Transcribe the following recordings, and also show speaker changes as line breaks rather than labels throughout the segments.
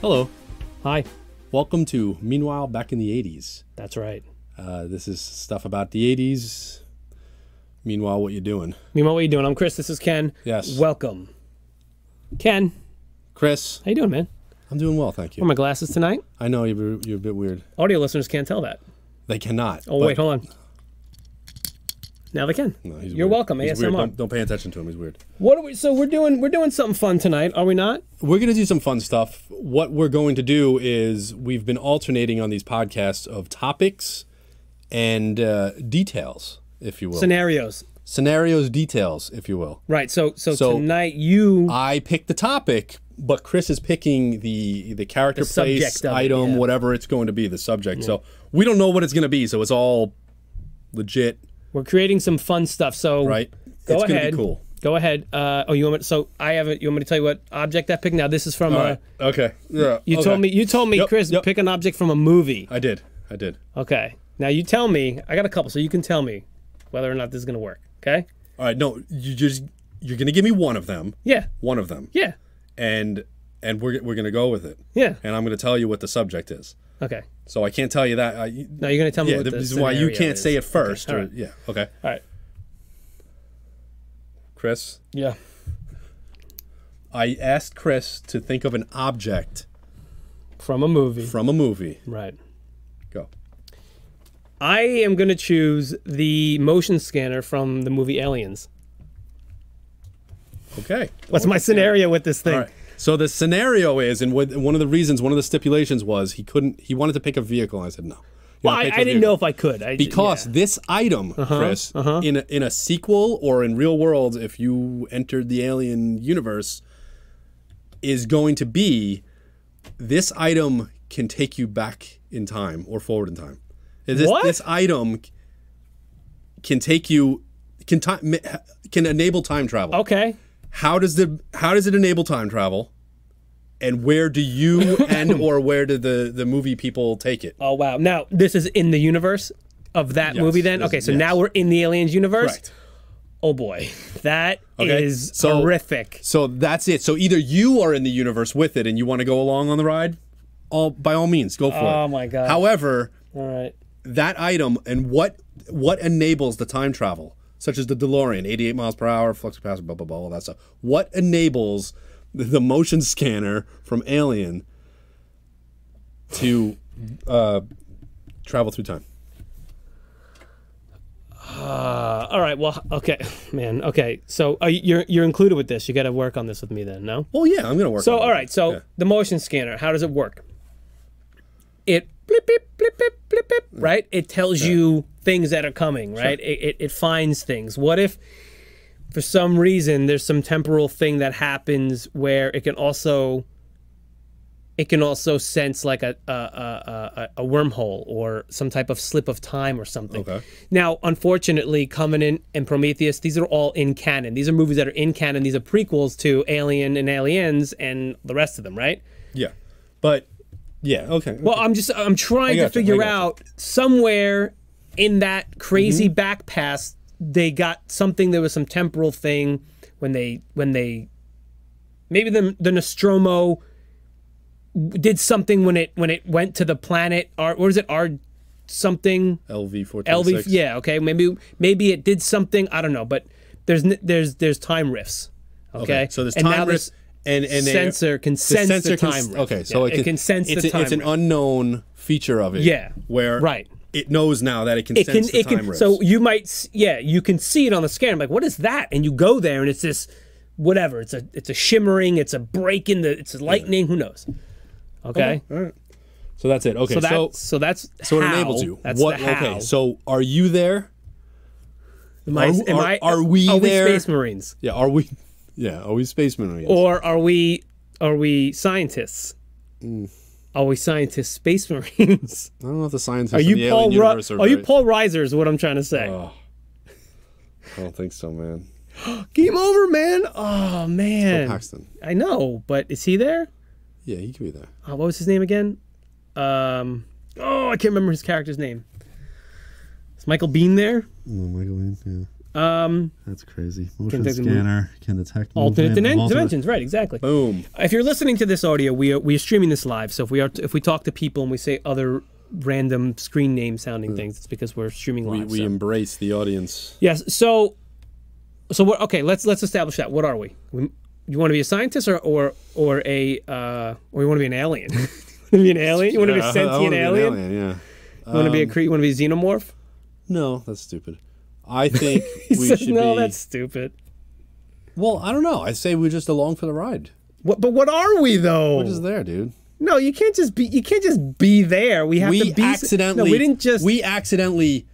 Hello.
Hi.
Welcome to Meanwhile Back in the 80s.
That's right.
Uh, this is stuff about the 80s. Meanwhile, what you doing?
Meanwhile, what are you doing? I'm Chris. This is Ken.
Yes.
Welcome. Ken,
Chris,
how you doing, man?
I'm doing well, thank
Wear
you.
my glasses tonight.
I know you're, you're a bit weird.
Audio listeners can't tell that.
They cannot.
Oh
but-
wait, hold on. Now they can.
No, he's
You're
weird.
welcome,
He's
ASMR.
weird. Don't, don't pay attention to him. He's weird.
What are we? So we're doing we're doing something fun tonight, are we not?
We're going to do some fun stuff. What we're going to do is we've been alternating on these podcasts of topics and uh, details, if you will.
Scenarios.
Scenarios, details, if you will.
Right. So so,
So-
tonight you
I pick the topic, but Chris is picking the the character,
subject
place,
of it,
item,
yeah.
whatever it's going to be, the subject. So we don't know what it's going to be. So it's all legit,
we're creating some fun stuff. So
right?
Go
it's
ahead.
going to be cool.
Go ahead. Uh, oh, you want me? So I haven't. You want me to tell you what object I picked? Now this is from.
All
uh,
right. Okay. Yeah.
You
okay.
told me. You told me,
Yep,
Chris,
yep.
pick an object from a movie.
I did. I did.
Okay. Now you tell me. I got a couple, so you can tell me whether or not this is gonna work. Okay?
All right. No, you just you're going to give me one of them.
Yeah.
One of them.
Yeah.
And and we're we're going to go with it.
Yeah.
And I'm going to tell you what the subject is.
Okay.
So I can't tell you that. I,
Now you're gonna tell me
yeah,
what
this
the
is why you
scenario
can't
is.
say it first.
all
or,
right.
Yeah. Okay.
All right.
Chris,
Yeah.
I asked Chris to think of an object
From a movie.
from a movie.
Right.
Go.
I am gonna choose the motion scanner from the movie Aliens.
Okay.
What's my scenario with this thing?
All right. So the scenario is, and what, one of the reasons, one of the stipulations was he couldn't. He wanted to pick a vehicle. and I said no. You
Well,
wanna
I,
pick a
I didn't
vehicle.
know if I could. I,
because
yeah. Uh-huh,
this item, Chris, in a, in a sequel or in real world, if you entered the alien universe, is going to be this item can take you back in time or forward in time. This,
What?
this item can take you can time can enable time travel.
Okay.
how does the how does it enable time travel and where do you and or where do the the movie people take it
Oh wow. Now this is in the universe of that movie. Then
this-
okay. So
yes.
now we're in the Aliens universe.
Correct.
Oh boy, that is
Okay, so-
horrific.
so that's it so either you are in the universe with it and you want to go along on the ride all by all means go for it
Oh, my God.
however
All right.
that item and what what enables the time travel such as the DeLorean 88 miles per hour flux capacitor blah blah blah all that stuff what enables the, the motion scanner from alien to uh, travel through time
Uh, all right. Well, okay, man. Okay. So uh, you're you're included with this. You got to work on this with me then. No.
Well, yeah, I'm gonna work.
So
on it.
all right. So
Yeah.
the motion scanner. How does it work? It blip blip blip blip blip blip. Right. It tells you things that are coming. Right. It, it it finds things. What if for some reason there's some temporal thing that happens where it can also it can also sense like a a, a, a, a wormhole or some type of slip of time or something.
Okay.
Now, unfortunately, Covenant and Prometheus, these are all in canon. These are movies that are in canon. These are prequels to Alien and Aliens and the rest of them, right?
yeah, but yeah, okay.
Well, I'm just I'm trying to
gotcha, I
figure
gotcha.
out somewhere in that
Mm-hmm.
crazy back past they got something. There was some temporal thing when they when they maybe the the Nostromo did something when it when it went to the planet R what is it R something
LV fourteen.
LV yeah okay maybe maybe it did something I don't know but there's n- there's there's time rifts okay,
So there's
And now
time
this
risk and and they-
sensor can sense the,
can-
time rift.
Okay, so
Yeah, it, can sense
it's
the
a-
time
It's an
rift.
unknown feature of it.
Yeah,
where
right.
It knows now that it can
it
sense
can
the
it
time
can
rift.
so you might s- yeah you can see it on the scan I'm like what is that and you go there and it's this whatever it's a it's a shimmering it's a break in the it's a lightning who knows okay,
so that's it. Okay,
so
so
that so,
so,
that's
it
how.
enables you.
that's
what?
the how.
Okay, so are you there?
am I,
are-
am
are-
I-
are we
are we
there?
space marines
Yeah, are we? Yeah, are we spacemen? Or, yes?
or are we are we scientists
Mm.
are we scientists space marines
I don't know if the scientists
are
of
you
the
Paul
alien
Ru-
universe are.
are you
very- Oh,
Paul Reiser is what I'm trying to say
I don't think so, man.
game over man oh man
Paxton.
I know but is he there
Yeah, he could be there.
uh, what was his name again? Um, oh, I can't remember his character's name. Is Michael Bean there?
Oh, Michael. Yeah.
Um,
That's crazy. Motion
detect the move-
scanner can detect
alternate
movement of
dimen- dimensions, right? Exactly.
Boom.
If you're listening to this audio, we are, we are streaming this live. So if we are if we talk to people and we say other random screen name sounding things, it's because we're streaming
We,
live.
we
so.
embrace the audience.
Yes. So, so what? Okay, let's let's establish that. What are we? we you want to be a scientist or or or a uh, or you want to be an alien? you want to be an alien? You want to be
Yeah,
a
I- Uh, I wanna
sentient
be an
alien?
alien, Um,
You
Yeah.
want to be a cre- you want to be a xenomorph?
No, that's stupid. I think
He
we
says,
should
no,
be.
that's stupid.
Well, I don't know. I say we're just along for the ride.
What, but what are we though?
What is there, dude?
no, you can't just be. You can't just be there. We have
we
to be. s-
accidentally
No, we didn't just.
we accidentally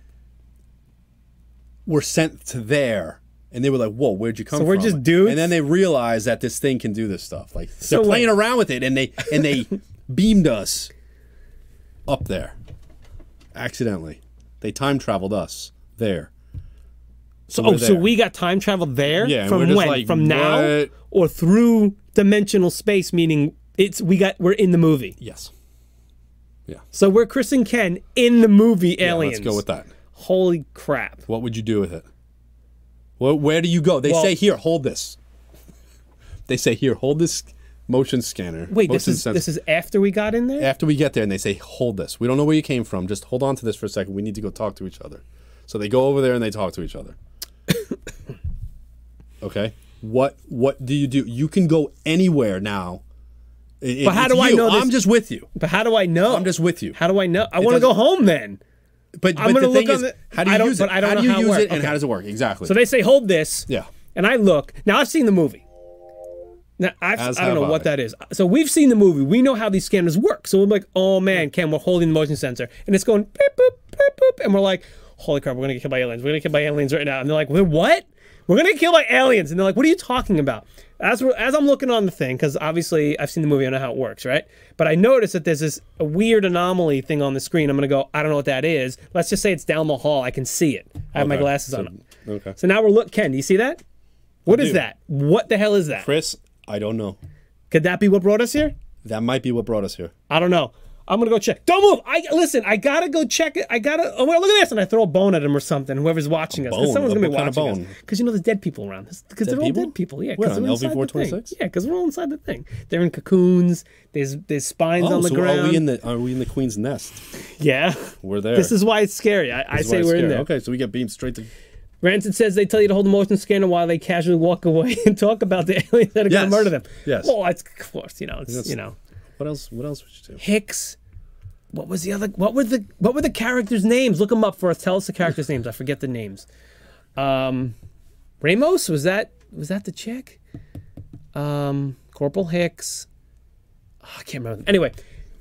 were sent to there and they were like whoa where'd you come
So
from
we're just dudes?
and then they realized that this thing can do this stuff like they're
wait.
playing around with it and they and they beamed us up there accidentally they time traveled us there
so,
we're
oh, so
there.
we got time travel there.
Yeah, and
From
we're just
when?
like,
From now
what?
or through dimensional space? Meaning it's we got we're in the movie.
yes
So we're Chris and Ken in the movie
Yeah,
Aliens.
let's go with that
Holy crap!
what would you do with it well, where do you go they
Well-
say here hold this they say here hold this motion scanner
Wait, this
motion
is
sensor."
this is after we got in there.
after we get there and they say, hold this. We don't know where you came from. Just hold on to this for a second. We need to go talk to each other. So they go over there and they talk to each other. okay. What what do you do? You can go anywhere now. I-
But how
it's
do I
you.
know this-
I'm just with you.
But how do I know?
I'm just with you.
How do I know? I want to
doesn't-
go home then.
But,
I'm
but
gonna
the thing
look
is,
on the-
how do you
I don't-
use it?
but I don't
how do
know
you
how it
use
works.
it and
Okay.
how does it work? Exactly.
So they say hold this.
yeah.
And I look. Now I've seen the movie. Now I've,
As
I don't know
have
what
I.
that is. So we've seen the movie. We know how these scanners work. So we're like, oh man, Ken, we're holding the motion sensor, and it's going beep boop beep boop, and we're like, holy crap, we're gonna get killed by aliens. We're gonna get killed by aliens right now. And they're like, we're what? We're gonna get killed by aliens. And they're like, what are you talking about? As we're, as I'm looking on the thing, because obviously I've seen the movie, I know how it works, right? But I noticed that there's this weird anomaly thing on the screen. I'm gonna go, I don't know what that is. Let's just say it's down the hall. I can see it. I have my
Okay.
glasses
So-
on.
Okay.
So now we're look, Ken. Do you see that? What is
do.
that? What the hell is that?
Chris, I don't know.
Could that be what brought us here?
That might be what brought us here.
I don't know. I'm gonna go check. Don't move. I listen. I gotta go check it. I gotta. Oh, well, look at this, and I throw a bone at him or something. Whoever's watching us, 'Cause
bone?
someone's gonna be
What kind of
watching us.
bone?
Because you know there's dead people around. Because they're all
people?
dead people. Yeah.
Where,
'cause
on
they're inside the thing.
LV426?
Yeah, because we're all inside the thing. They're in cocoons. There's there's spines on the
Oh, so
ground.
are we in the are we in the queen's nest?
yeah.
We're there.
This is why it's scary. I, I
That's
say
why it's
we're in
scary.
there.
Okay, so we get beamed straight to
Ranson says they tell you to hold the motion scanner while they casually walk away and talk about the aliens that are going to
Yes.
murder them.
Yes.
Well, it's, of course, you know, it's, you know,
what else what else would you do?
Hicks. What was the other? What were the what were the characters' names? Look them up for us. Tell us the characters' names. I forget the names. Um, Ramos was that was that the chick? Um, Corporal Hicks. Oh, I can't remember. Anyway,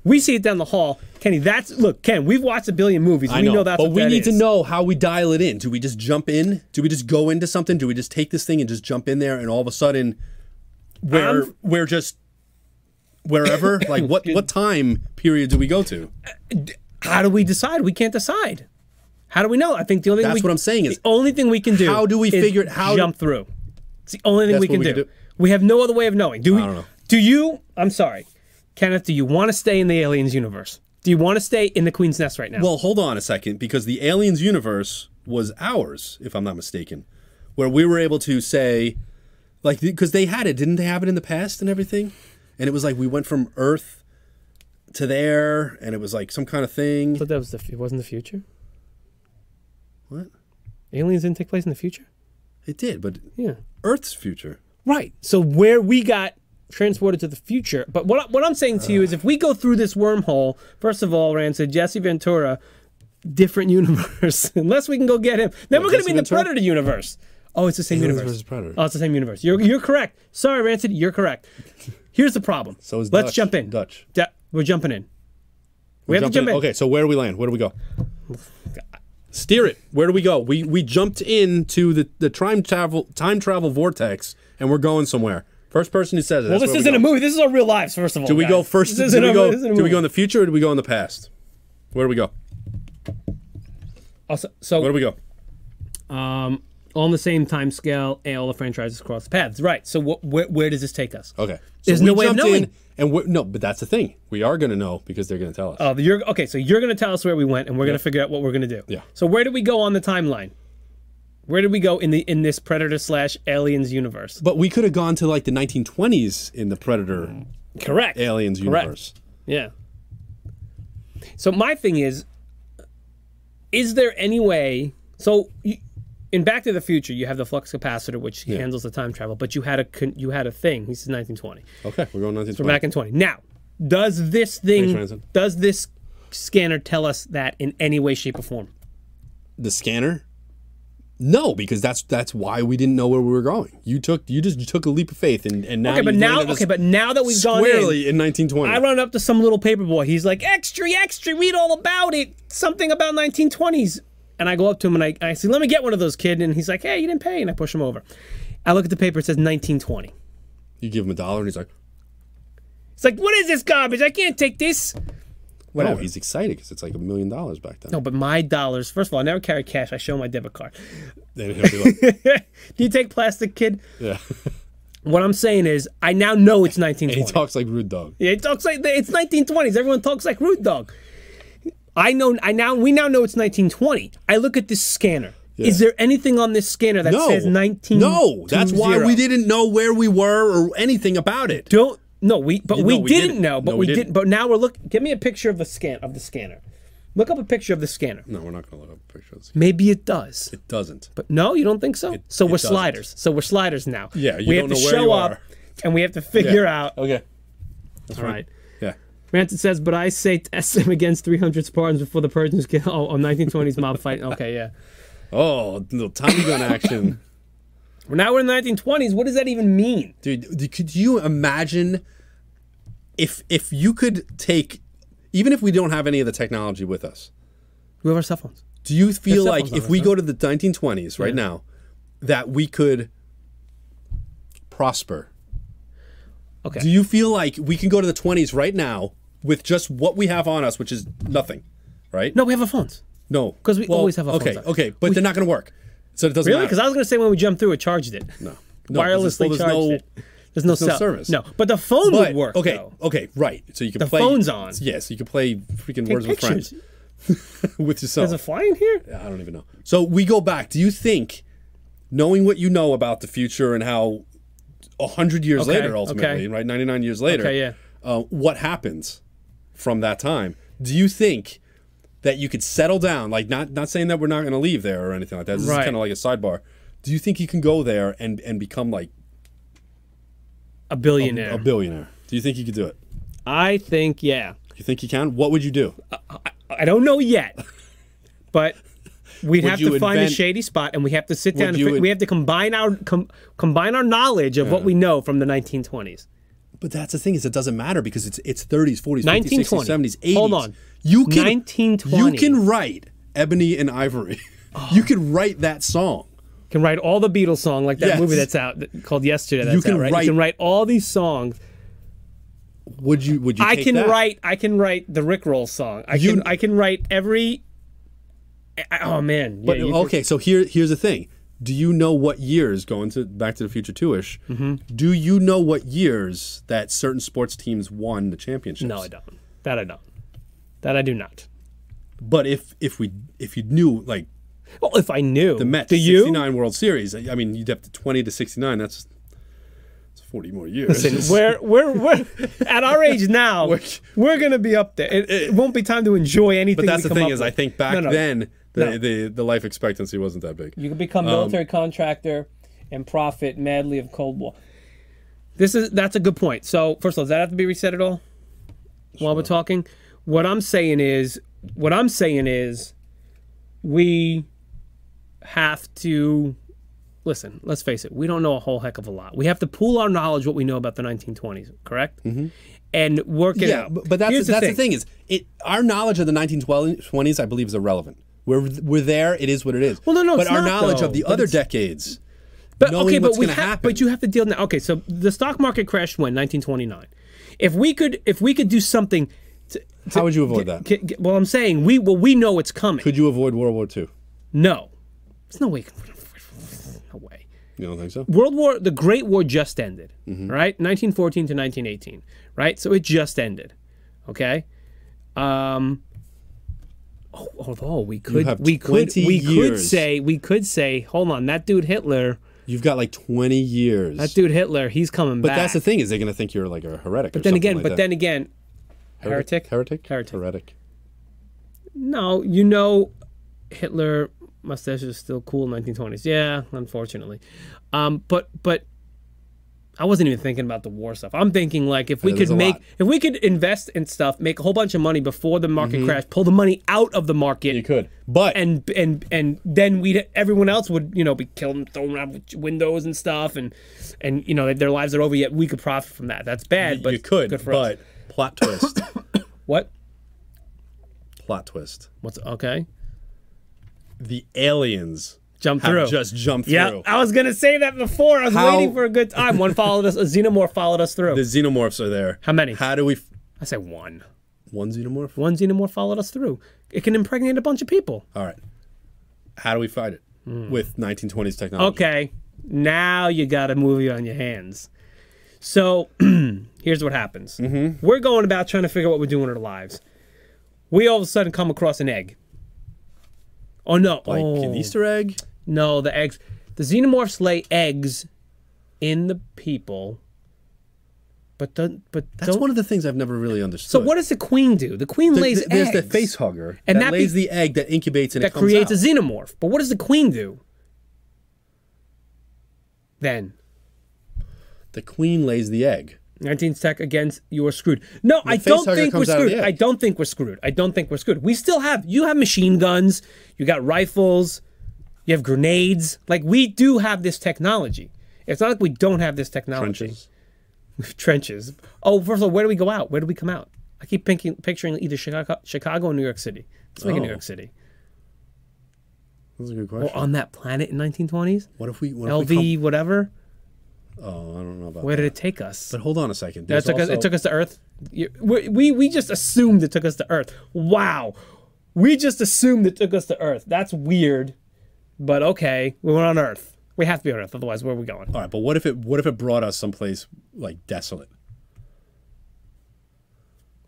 we see it down the hall. Kenny, that's look, Ken. We've watched a billion movies.
I
we
know,
know that's
but
what
we
that
need to
is.
know how we dial it in. Do we just jump in? Do we just go into something? Do we just take this thing and just jump in there and all of a sudden we're
I'm-
we're just wherever? like what what time period do we go to?
How do we decide? We can't decide. How do we know? I think the only
That's
thing we,
what I'm saying is-
the only thing we can do.
How do we
is
figure it- how do-
jump through? It's the only thing
That's
we
what
can,
we
do.
can do.
We have no other way of knowing. Do we?
don't know.
Do you? I'm sorry, Kenneth. Do you want to stay in the aliens universe? Do you want to stay in the Queen's Nest right now?
Well, hold on a second because the aliens universe was ours, if I'm not mistaken, where we were able to say like because they had it, didn't they have it in the past and everything? And it was like we went from Earth to there, and it was like some kind of thing.
but that was the. fu- It wasn't the future.
What?
Aliens didn't take place in the future.
It did, but
Yeah.
Earth's future.
Right. So where we got transported to the future, but what what I'm saying to you is, if we go through this wormhole, first of all, Rand said Jesse Ventura, different universe. Unless we can go get him, then we're going to
Jesse
be in the
Ventura?
Predator universe. Oh, it's the same
Aliens
universe.
versus Predator.
Oh, it's the same universe. You're you're correct. Sorry, Rancid, you're correct. Here's the problem.
So is
let's
Dutch.
jump in.
Dutch.
Da- we're jumping in. We have to jump in.
Okay, so where do we land? Where do we go? Steer it. Where do we go? We we jumped into the the time travel time travel vortex, and we're going somewhere. First person who says it.
Well, this isn't a movie. This is our real lives. First of all,
Do we go first?
This
Do
isn't
we
a-
go?
this isn't a
Do we
movie.
go in the future or do we go in the past? Where do we go?
Also, so
Where do we go?
um, on the same time scale, and all the franchises cross paths. Right. So wh- where where does this take us?
Okay. So
There's
we
no way of
jumped
knowing.
In and we're, no, but that's the thing. We are going to know because they're going to tell us.
Oh, you're okay. So you're going to tell us where we went, and we're going to figure out what we're going to do.
Yeah.
So where do we go on the timeline? Where did we go in the in this Predator slash Aliens universe?
But we could have gone to like the 1920s in the Predator
Correct.
Aliens
Correct.
universe.
Yeah. So my thing is, is there any way? So you, in Back to the Future, you have the flux capacitor, which handles the time travel, but you had a con- you had a thing. He says 1920.
Okay, we're going 1920s.
We're back in 20. Now, does this thing,
Thanks, Ransom.
does this scanner tell us that in any way, shape, or form?
the scanner? No, because that's that's why we didn't know where we were going. You took you just you took a leap of faith and and now
Okay, but
you've
now,
landed us
okay, but now that we've gone in,
squarely in, 1920.
I run up to some little paper boy. He's like, extra, extra, read all about it. Something about 1920s. And I go up to him and I, I say, let me get one of those, kid. And he's like, hey, you didn't pay. And I push him over. I look at the paper, it says 1920.
you give him a dollar and he's like,
It's like, what is this garbage? I can't take this.
"Wow, he's excited because it's like a million dollars back then."
No, but my dollars, first of all, I never carry cash. I show my debit card.
Then he'll be like,
Do you take plastic, kid?
"Yeah."
What I'm saying is, I now know it's
he
1920.
talks like rude dog.
Yeah, it talks like it's 1920s. Everyone talks like rude dog. I know. I now we now know it's 1920. I look at this scanner. Is there anything on this scanner that
No,
says 19?
No, that's why we didn't know where we were or anything about it.
Don't. No, we. But we,
we
didn't,
didn't.
know. But
No,
we
we
didn't.
didn't.
But now we're look. Give me a picture of the scan of the scanner. Look up a picture of the scanner.
No, we're not going to look up pictures.
Maybe it does.
It doesn't.
But no, you don't think so. so
it
we're
doesn't.
sliders. So we're sliders now.
Yeah, you
we
don't
have to
know where
show
you
up,
are. Oh,
and we have to figure out.
Okay.
All right.
Yeah.
Rancid says, but I say test them against 300 Spartans before the Persians get. Oh, oh, 1920s mob fight. Okay, yeah.
Oh, little Tommy gun action.
Well, now we're in the 1920s. What does that even mean?
dude d- could you imagine if if you could take even if we don't have any of the technology with us
We have our cell phones.
do you feel
cell
like
phones on
if
us,
we
huh?
go to the 1920s right now that we could prosper
Okay.
do you feel like we can go to the 20s right now with just what we have on us which is nothing right
no, we have our phones.
no
'cause we always have our
okay
phones on.
okay but they're not going to work so it doesn't
Really?
matter
Because I was going to say when we jumped through, it charged it.
no No, there's-
Wirelessly
well, there's
charged
no-
it. There's no,
no
cell
service.
No, but the phone
but,
would work.
okay
though.
okay right so you can
The
play
phone's on.
yes you can play freaking words with
pictures.
friends with yourself
Is it flying here?
I don't even know. So we go back. Do you think, knowing what you know about the future and how a hundred years
Okay,
later, ultimately,
okay.
right, ninety nine years later,
Okay, yeah.
uh, what happens from that time? Do you think that you could settle down? Like, not not saying that we're not going to leave there or anything like that. This
Right.
is kind of like a sidebar. Do you think you can go there and and become like
A billionaire. I
a billionaire? Do you think you could do it?
think, yeah.
You think you can? What would you do?
I don't know yet, but we'd
Would
have
you
to find a
invent-
shady spot, and we have to sit
Would
down. And
you
fi-
in-
we have to combine our com- combine our knowledge of what we know from the 1920s.
But that's the thing is it doesn't matter because it's it's 30s, 40s, 50s, 60s,
1920.
70s, 80s.
Hold on.
You can
1920.
You can write Ebony and Ivory. You can write that song.
Can write all the Beatles song like that
Yes.
movie that's out that, called Yesterday. That's
You can
out, right? you can write all these songs.
Would you would you
I
take
can
that?
write. I can write the Rick Roll song. I
You-
can. I can write every. I- I- oh man. Yeah,
But
you could-
okay, so here here's the thing. Do you know what years going to Back to the Future 2ish?
Mm-hmm.
Do you know what years that certain sports teams won the championships?
no, I don't. That I don't. That I do not.
But if if we if you knew like
Well, if I knew
the Mets
do you?
69 World Series, I I mean you'd have to 20 to 69. That's that's 40 more years.
We're we're we're at our age now. we're,
We're-
gonna be up there. It, it won't be time to enjoy anything.
But that's
we
the
come
thing
up
is, I
with.
think back
No, no.
then the,
No.
the the life expectancy wasn't that big.
you could become military contractor and profit madly of Cold War. This is that's a good point. So first of all, does that have to be reset at all? While we're talking, what I'm saying is, what I'm saying is, we have to listen. Let's face it, we don't know a whole heck of a lot. We have to pool our knowledge what we know about the 1920s, correct? Mm-hmm. And work it
Yeah,
out.
but, but that's
Here's
that's the thing. is it our knowledge of the 1920s, I believe, is irrelevant. We're we're there. It is what it is.
Well, no, no,
But
it's
our
not,
knowledge
though.
of the
But
other
it's-
decades.
But
knowing
okay, but
what's
we
gonna
ha-
happen.
but you have to deal now. Okay, so the stock market crashed when 1929. If we could if we could do something to,
How would you avoid that?
g- g- well, I'm saying we well we know it's coming.
Could you avoid World War II?
no, there's no way. you can- No way.
You don't think so?
World War, the Great War just ended,
Mm-hmm.
right? 1914 to 1918, right? So it just ended, okay? Um, Oh, although we could,
have
we could,
20
we could
years.
say, we could say, hold on, that dude Hitler,
You've got like 20 years.
that dude Hitler, he's coming
but
back.
that's the thing is they're going to think you're like a heretic.
But then again, but then again, heretic, Heretic.
Heretic? Heretic.
No, you know, Hitler mustache is still cool. Nineteen twenties. Yeah, unfortunately. Um, but but I wasn't even thinking about the war stuff. I'm thinking like if we
Yeah, there's
could
a
make
lot.
if we could invest in stuff, make a whole bunch of money before the market crash, pull the money out of the market.
Mm-hmm. You could. But
And and and then we everyone else would you know be killing thrown around with windows and stuff and and you know their lives are over yet we could profit from that that's bad but
you could.
good for us.
but plot twist.
what
plot twist.
what's okay
The aliens
Jump
have
through.
just jumped
Yeah,
through.
I was gonna say that before. I was
How-
waiting for a good time. One followed us. A xenomorph followed us through.
The xenomorphs are there.
How many?
How do we. F-
I say one.
one xenomorph?
One xenomorph followed us through. It can impregnate a bunch of people.
All right. How do we fight it?
Hmm.
With 1920s technology.
Okay, now you got a movie on your hands. So here's what happens.
Mm-hmm.
We're going about trying to figure out what we're doing in our lives. We all of a sudden come across an egg. Oh no!
Like
oh.
an Easter egg?
No, the eggs. The xenomorphs lay eggs in the people. But don't. But
That's
don't,
one of the things I've never really understood.
So what does the queen do? The queen lays
Th- there's
eggs
the face hugger
And
that,
that be-
lays the egg that incubates and it
that
comes
creates
out.
a xenomorph. But what does the queen do? Then
the queen lays the egg.
19th Tech against you are screwed. No, I don't
facehugger
think we're
comes out of the
screwed.
egg.
I don't think we're screwed. I don't think we're screwed. We still have you have machine guns, you got rifles, you have grenades. Like we do have this technology. It's not like we don't have this technology.
Trenches.
Trenches. Oh, first of all, where do we go out? Where do we come out? I keep thinking, picturing either Chicago, Chicago or New York City. Let's make it New
Oh.
York City.
That's a good
or
question.
on that planet in 1920s?
what if we what if we
LV, whatever.
come- oh, I don't know about
Where
that.
did it take us?
But hold on a second.
That
There's
took us,
also-
it took us to Earth. You- We, we, we just assumed it took us to Earth. Wow. We just assumed it took us to Earth. That's weird. But okay, we went on Earth. We have to be on Earth, otherwise, where are we going?
All right, but what if it what if it brought us someplace like desolate?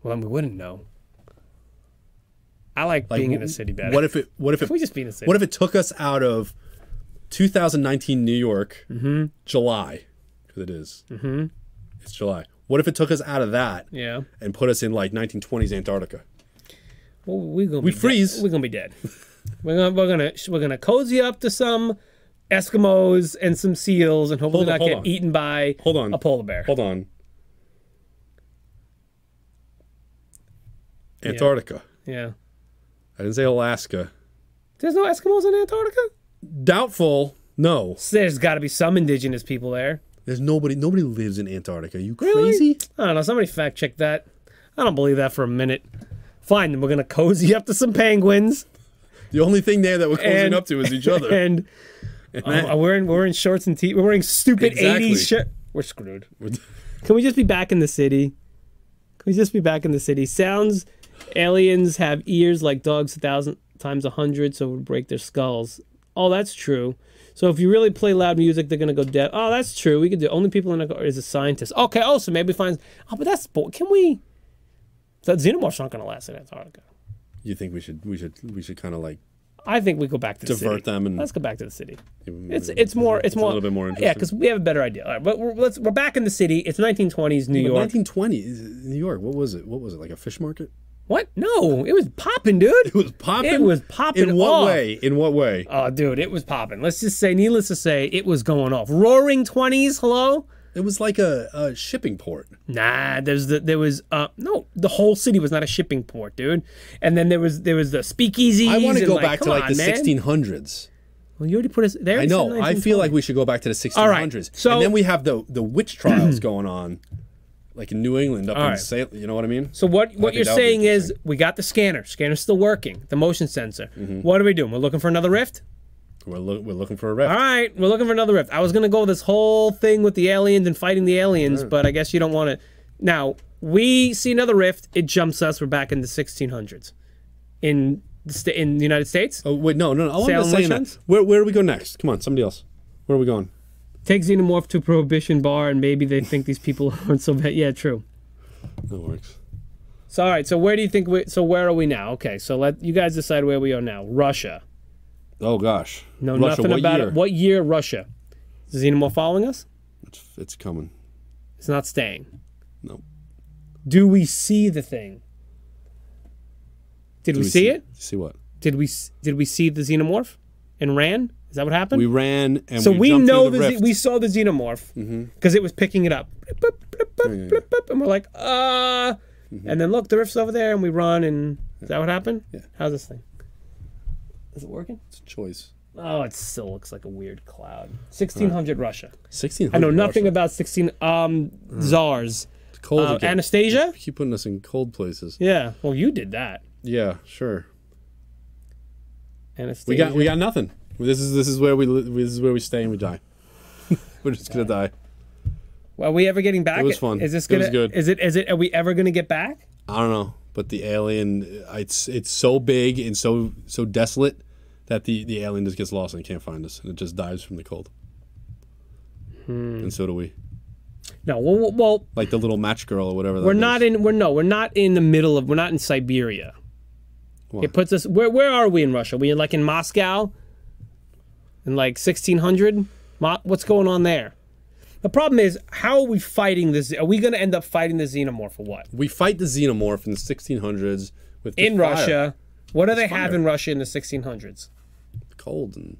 Well, then we wouldn't know. I like,
Like,
being in
wh-
the city better.
What if it what if it
we just be in the city?
what if it took us out of 2019 New York,
Mm-hmm.
July, because it is. Mm-hmm. It's July. What if it took us out of that
yeah.
and put us in like 1920s Antarctica?
Well, we're gonna
We'd
be
freeze.
Dead. We're gonna be dead. we're gonna we're gonna we're gonna cozy up to some Eskimos and some seals, and hopefully
Hold on,
not
hold
get
on.
eaten by
Hold on.
a polar bear.
Hold on. Antarctica.
Yeah,
I didn't say Alaska.
there's no Eskimos in Antarctica.
Doubtful. No.
So there's got to be some indigenous people there.
There's nobody nobody lives in Antarctica. You
Really?
crazy?
I don't know. Somebody fact check that. I don't believe that for a minute. Fine, then we're gonna cozy up to some penguins,
The only thing there that we're closing
And-
up to is each other.
and uh, we're in we're in shorts and t. We're wearing stupid
Exactly.
'80s shirt. We're screwed. Can we just be back in the city? Can we just be back in the city? Sounds aliens have ears like dogs a thousand times a hundred, so it would break their skulls. Oh, that's true. So if you really play loud music, they're gonna go deaf. Oh, that's true. We could do only people in a car is a scientist. Okay. Oh, so maybe find. Oh, but that's bo- can we? That xenomorph's not gonna last in Antarctica.
you think we should we should we should kind of like
I think we go back to the
divert
city.
them and
Let's go back to the city. It's
Mm, it's,
it's more it's, more
little bit more
yeah
interesting.
because we have a better idea. All right, but we're, let's we're back in the city. It's 1920s New York.
1920s New York. What was it? What was it like a fish market?
What? No, it was popping, dude.
It was popping.
It was popping
In what
off.
way? In what way?
Oh, dude, it was popping. Let's just say, needless to say, it was going off. Roaring twenties. Hello.
It was like a, a shipping port.
Nah, there's the there was uh no the whole city was not a shipping port, dude. And then there was there was the speakeasies.
I want to
and,
go
like,
back to
come
like
on,
the
man.
1600s.
Well, you already put us there.
I
It's in
know. I feel
1920s.
like we should go back to the 1600s.
so-
and then we have the the witch trials going on, like in New England, up in
right.
Salem. You know what I mean?
So what what
think
you're
that would be
saying is we got the scanner. Scanner's still working. The motion sensor.
Mm-hmm.
What are we doing? We're looking for another rift.
We're, loo- we're looking for a rep.
All right, we're looking for another rift. I was gonna go this whole thing with the aliens and fighting the aliens, but I guess you don't want to. Now we see another rift. It jumps us. We're back in the 1600s in the sta- in the United States.
Oh wait, no, no, no. I'm
Salem
just saying
witch
that. Where where do we go next? Come on, somebody else. Where are we going?
Take xenomorph to prohibition bar, and maybe they think these people aren't so bad. Yeah, true.
That works.
So all right. So where do you think we? So where are we now? Okay. So let you guys decide where we are now. Russia.
Oh gosh.
No, nothing about it. What year? Russia. Is Xenomorph following us?
It's, it's coming.
It's not staying.
No.
Do we see the thing? Did,
Do
we, see, it?
See what?
Did we s- did we see the xenomorph and ran? Is that what happened?
We ran and
so
we,
we
jumped
know
into
the,
the
ze-
rift. Mm-hmm.
we saw the xenomorph because it was picking it up, Blip, blip, blip, blip, blip, blip, and we're like, ah, and then look, the rift's over there, and we run, and is that what happened?
Mm-hmm. Yeah.
How's this thing? Is it working?
It's a choice.
Oh, it still looks like a weird cloud. Sixteen hundred Russia.
Sixteen.
I know nothing about sixteen um
Mm.
czars.
cold
uh,
again.
Anastasia?
You keep putting us in cold places.
Yeah. Well, you did that.
Yeah, sure.
Anastasia.
We got we got nothing. This is this is where we li- this is where we stay and we die. We're just gonna die.
Are we ever getting back?
It was fun.
Is this
It
gonna?
was good.
Is it? Is it? Are we ever gonna get back?
I don't know, but the alien uh, it's it's so big and so so desolate that the the alien just gets lost and can't find us and it just dies from the cold.
Hmm.
And so do we.
No. Well, well
Like the little match girl or whatever.
we're not in. We're no. We're not in the middle of. We're not in Siberia. It puts us. Where Where are we in Russia? We in like in Moscow. In like 1600. Mo- What's going on there? The problem is, how are we fighting this? Are we gonna end up fighting the xenomorph or what?
We fight the xenomorph in the 1600s with the
In
fire.
Russia. What do they have
fire.
in Russia in the 1600s?
cold and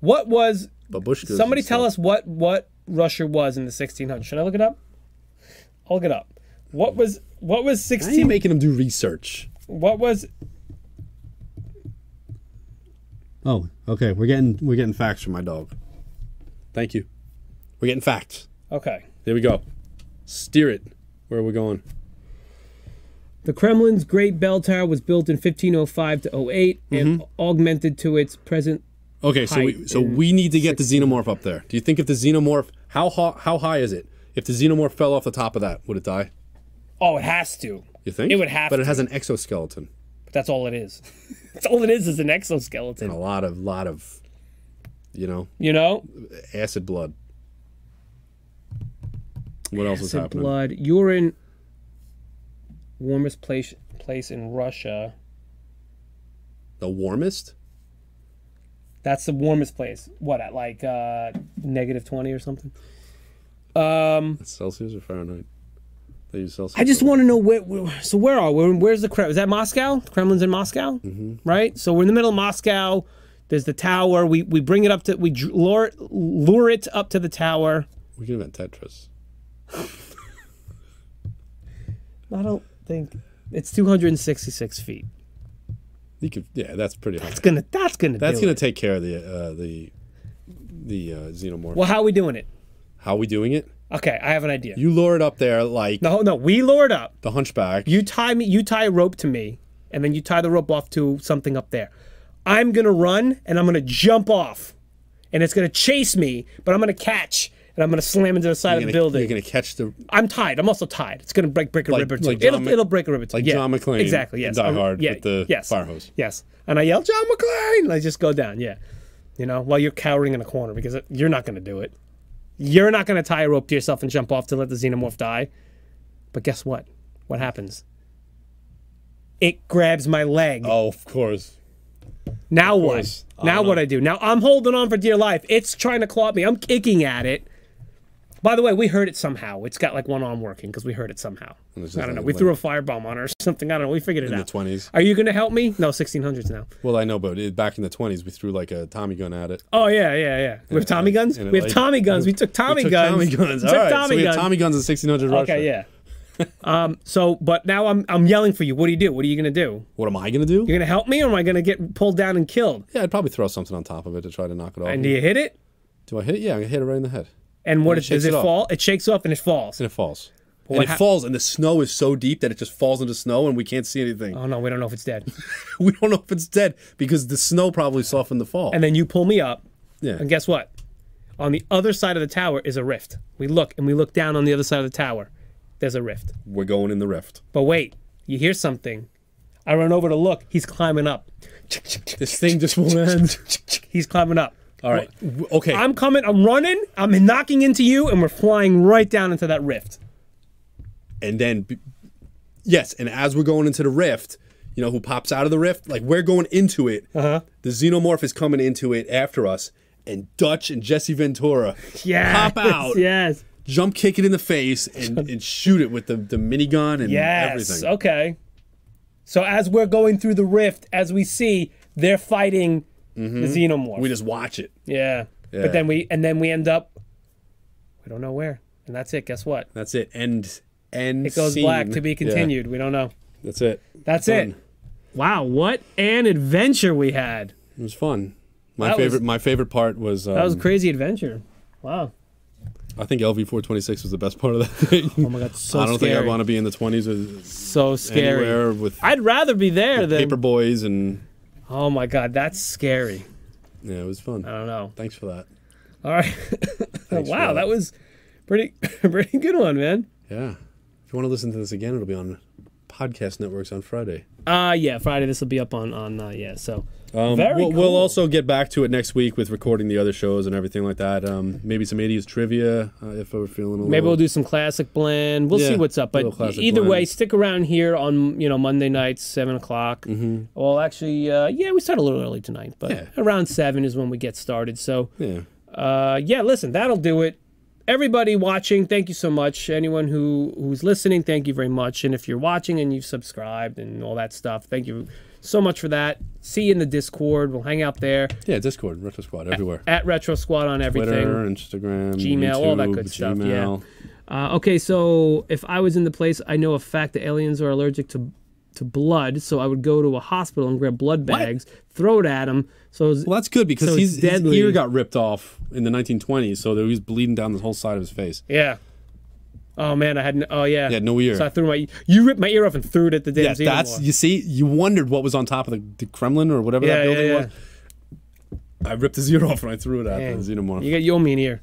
What was
babushkas.
Somebody
and
tell
stuff.
us what what Russia was in the 1600s. Should I look it up? I'll look it up. What was what was
Why are you
16?
making them do research?
What was
Oh, okay. We're getting we're getting facts
For
from
my dog. Thank you. We're getting facts.
okay?
There we go. Steer it. Where are we going?
The Kremlin's Great Bell Tower was built in 1505 to 08 and augmented to its present.
Okay, so we
Height
so we need to get the xenomorph up there. Do you think if the xenomorph how ho- how high is it? If the xenomorph fell off the top of that, would it die?
Oh, it has to.
You think?
It would have
But it
to.
has an exoskeleton.
But that's all it is. that's all it is is an exoskeleton.
And a lot of lot of you know,
You know,
acid blood. What else is
Acid
happening?
blood, urine. Warmest place place in Russia.
The warmest?
That's the warmest place. What at like uh negative twenty or something? Um,
That's Celsius or Fahrenheit? They use Celsius.
I just want to know where, where. So where are we? Where's the Kremlin? Is that Moscow? The Kremlin's in Moscow,
Mm-hmm.
right? So we're in the middle of Moscow. There's the tower. We we bring it up to we dr- lure it- lure it up to the tower.
we can invent Tetris.
I don't think it's two hundred and sixty six feet.
You could yeah, that's pretty high.
It's gonna that's gonna
That's
do
gonna
it.
take care of the uh, the the uh, xenomorph.
Well, how are we doing it?
How are we doing it?
Okay, I have an idea.
You lure it up there like
no, no, we lure it up.
the hunchback.
You tie me. You tie a rope to me, and then you tie the rope off to something up there. I'm gonna run, and I'm gonna jump off, and it's gonna chase me, but I'm gonna catch, and I'm gonna slam into the side of
You're
the
gonna-
building.
You're gonna catch the
I'm tied. I'm also tied. It's gonna break break a rib or two.
like John
it'll,
Mc-
it'll break a rib or two.
like
yeah.
John McClane
Exactly.
in
Yes.
Die
I'm-
Hard
yeah,
with the
yes.
fire hose.
Yes. And I yell, John McClane. And I just go down. Yeah. You know, while you're cowering in a corner because it- you're not gonna do it. You're not gonna tie a rope to yourself and jump off to let the xenomorph die. But guess what? What happens? It grabs my leg.
Oh, of course.
Now what?
course. I
Now
don't
what
know.
I do? Now I'm holding on for dear life. It's trying to claw at me. I'm kicking at it. By the way, we heard it somehow. It's got like one arm working because we heard it somehow. I
it's
don't
just
know.
like
We
a
threw a firebomb on her or something. I don't know. We figured it
In the
out.
twenties.
Are you going to help me? No, 1600s now.
Well, I know, but it, back in the twenties, we threw like a Tommy gun at it.
Oh yeah, yeah, yeah. We have Tommy guns.
and it,
We have
like-
Tommy guns. We took Tommy
we took
guns.
Tommy guns.
We
All
took
right, so
Tommy
we had
guns.
Tommy guns in 1600 Russia.
Okay, yeah. um. So, but now I'm I'm yelling for you. What do you do? What are you going to do?
What am I gonna do?
You're going to help me, or am I going to get pulled down and killed?
Yeah, I'd probably throw something on top of it to try to knock it off.
And do you hit it?
Do I hit it? Yeah, I hit it right in the head,
And what it-
it
does
shakes
it
it off.
fall? It shakes off and it falls.
and it falls.
what
and it
hap-
falls, and the snow is so deep that it just falls into snow, and we can't see anything.
Oh no, we don't know if it's dead.
we don't know if it's dead because the snow probably softened the fall.
and then you pull me up,
yeah,
and guess what? On the other side of the tower is a rift. We look and we look down on the other side of the tower. There's a rift.
we're going in the rift.
But wait, you hear something. I run over to look. He's climbing up.
This thing just won't end.
He's climbing up.
All right. W- Okay.
I'm coming. I'm running. I'm knocking into you, and we're flying right down into that rift.
and then b- Yes, and as we're going into the rift, you know who pops out of the rift? Like we're going into it. Uh-huh. The xenomorph is coming into it after us, and Dutch and Jesse Ventura
Yes.
pop out,
Yes.
jump kick it in the face, and, and shoot it with the the minigun and
Yes.
everything.
Okay. So as we're going through the rift, as we see, they're fighting the xenomorph.
Mm-hmm. We just watch it.
yeah.
Yeah.
But then we and then we end up we don't know where. And that's it. Guess what?
That's it. End. End.
It goes
scene.
black to be
Yeah,
continued. We don't know.
that's it.
That's
Done.
it. Wow, what an adventure we had.
It was fun. My
That was-
favorite. my favorite part was. Um,
That was a crazy adventure. Wow.
I think LV four twenty six was the best part of that thing.
Oh my god, so
I don't
scary.
think I want to be in the twenties with
so scary.
anywhere with
I'd rather be there than
paper boys and
Oh my god, that's scary.
yeah, it was fun.
I don't know.
Thanks for that.
All right. wow,
for that.
that was pretty pretty good one, man.
Yeah. If you want to listen to this again, it'll be on podcast networks on Friday.
Uh yeah, Friday this will be up on on uh, yeah, so
Um,
Very
we'll, we'll
cool.
also get back to it next week with recording the other shows and everything like that. Um, maybe some 80s trivia uh, if we're feeling a little.
maybe we'll do some classic blend. We'll
Yeah,
see what's up. But e-
little classic
either way,
blend.
stick around here on you know Monday nights, seven o'clock. Mm-hmm. Well, actually, uh, yeah, we start a little early tonight, but
Yeah.
around seven is when we get started. So
Yeah.
uh, yeah, listen, that'll do it. Everybody watching, thank you so much. Anyone who who's listening, thank you very much. And if you're watching and you've subscribed and all that stuff, thank you so much for that. See you in the Discord. We'll hang out there
Yeah, Discord, Retro Squad, everywhere.
at Retro Squad on everything.
Twitter, Instagram,
Gmail, all that
YouTube,
good stuff, yeah.
Gmail.
Uh, okay, so if I was in the place, I know a fact that aliens are allergic to to blood, so I would go to a hospital and grab blood bags, throw it at him. So it's-
Well, that's good because
So
he's,
it's
his
deadly.
ear got ripped off in the 1920s, so he was bleeding down the whole side of his face.
yeah. Oh man, I had no, oh yeah.
He had no ear.
So I threw my you ripped my ear off and threw it at the damn
Yeah, that's
xenomorph.
you see, you wondered what was on top of the, the Kremlin or whatever that
yeah, yeah,
building
yeah.
was. I ripped his ear off and I threw it at
Dang.
the xenomorph.
You got you owe me an ear.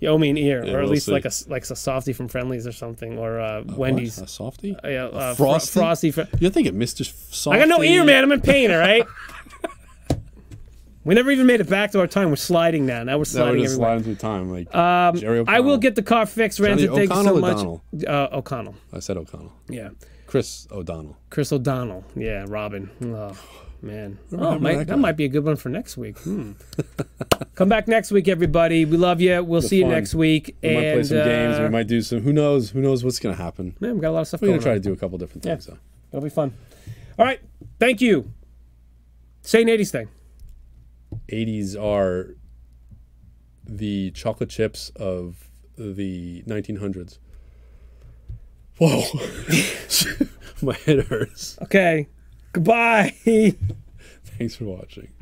You owe me an ear, or at
we'll
least
see.
like a s- like a softie from Friendlies or something, or uh, Wendy's.
What? A softy?
Uh, yeah, uh, Fro-
frosty?
frosty. Fr-
You're thinking Mr. Softy.
I got no ear, man. I'm in pain. All right. we never even made it back to our time. We're sliding now. Now we're
That would
sliding
just
everywhere.
sliding through time. Like um, Jerry O'Connell.
I will get the car fixed, rented.
Johnny
Thank you so
O'Connell or
much,
Donald?
Uh, O'Connell.
I said O'Connell.
Yeah,
Chris O'Donnell.
Chris O'Donnell. Yeah, Robin. Oh man,
happened
oh,
to
might-
that
that,
guy?
might be a good one for next week. Hmm. Come back next week, everybody. We love you. We'll see
fun.
you next week.
We
and
might play some games. We
uh,
might do some. Who knows? Who knows what's gonna happen?
man, we got a lot of stuff
We're
going
gonna try
on.
to do a couple different things. though.
It'll be fun. All right. Thank you. Say Nady's thing.
80s are the chocolate chips of the 1900s. Whoa, my head hurts.
Okay. Goodbye.
Thanks for watching.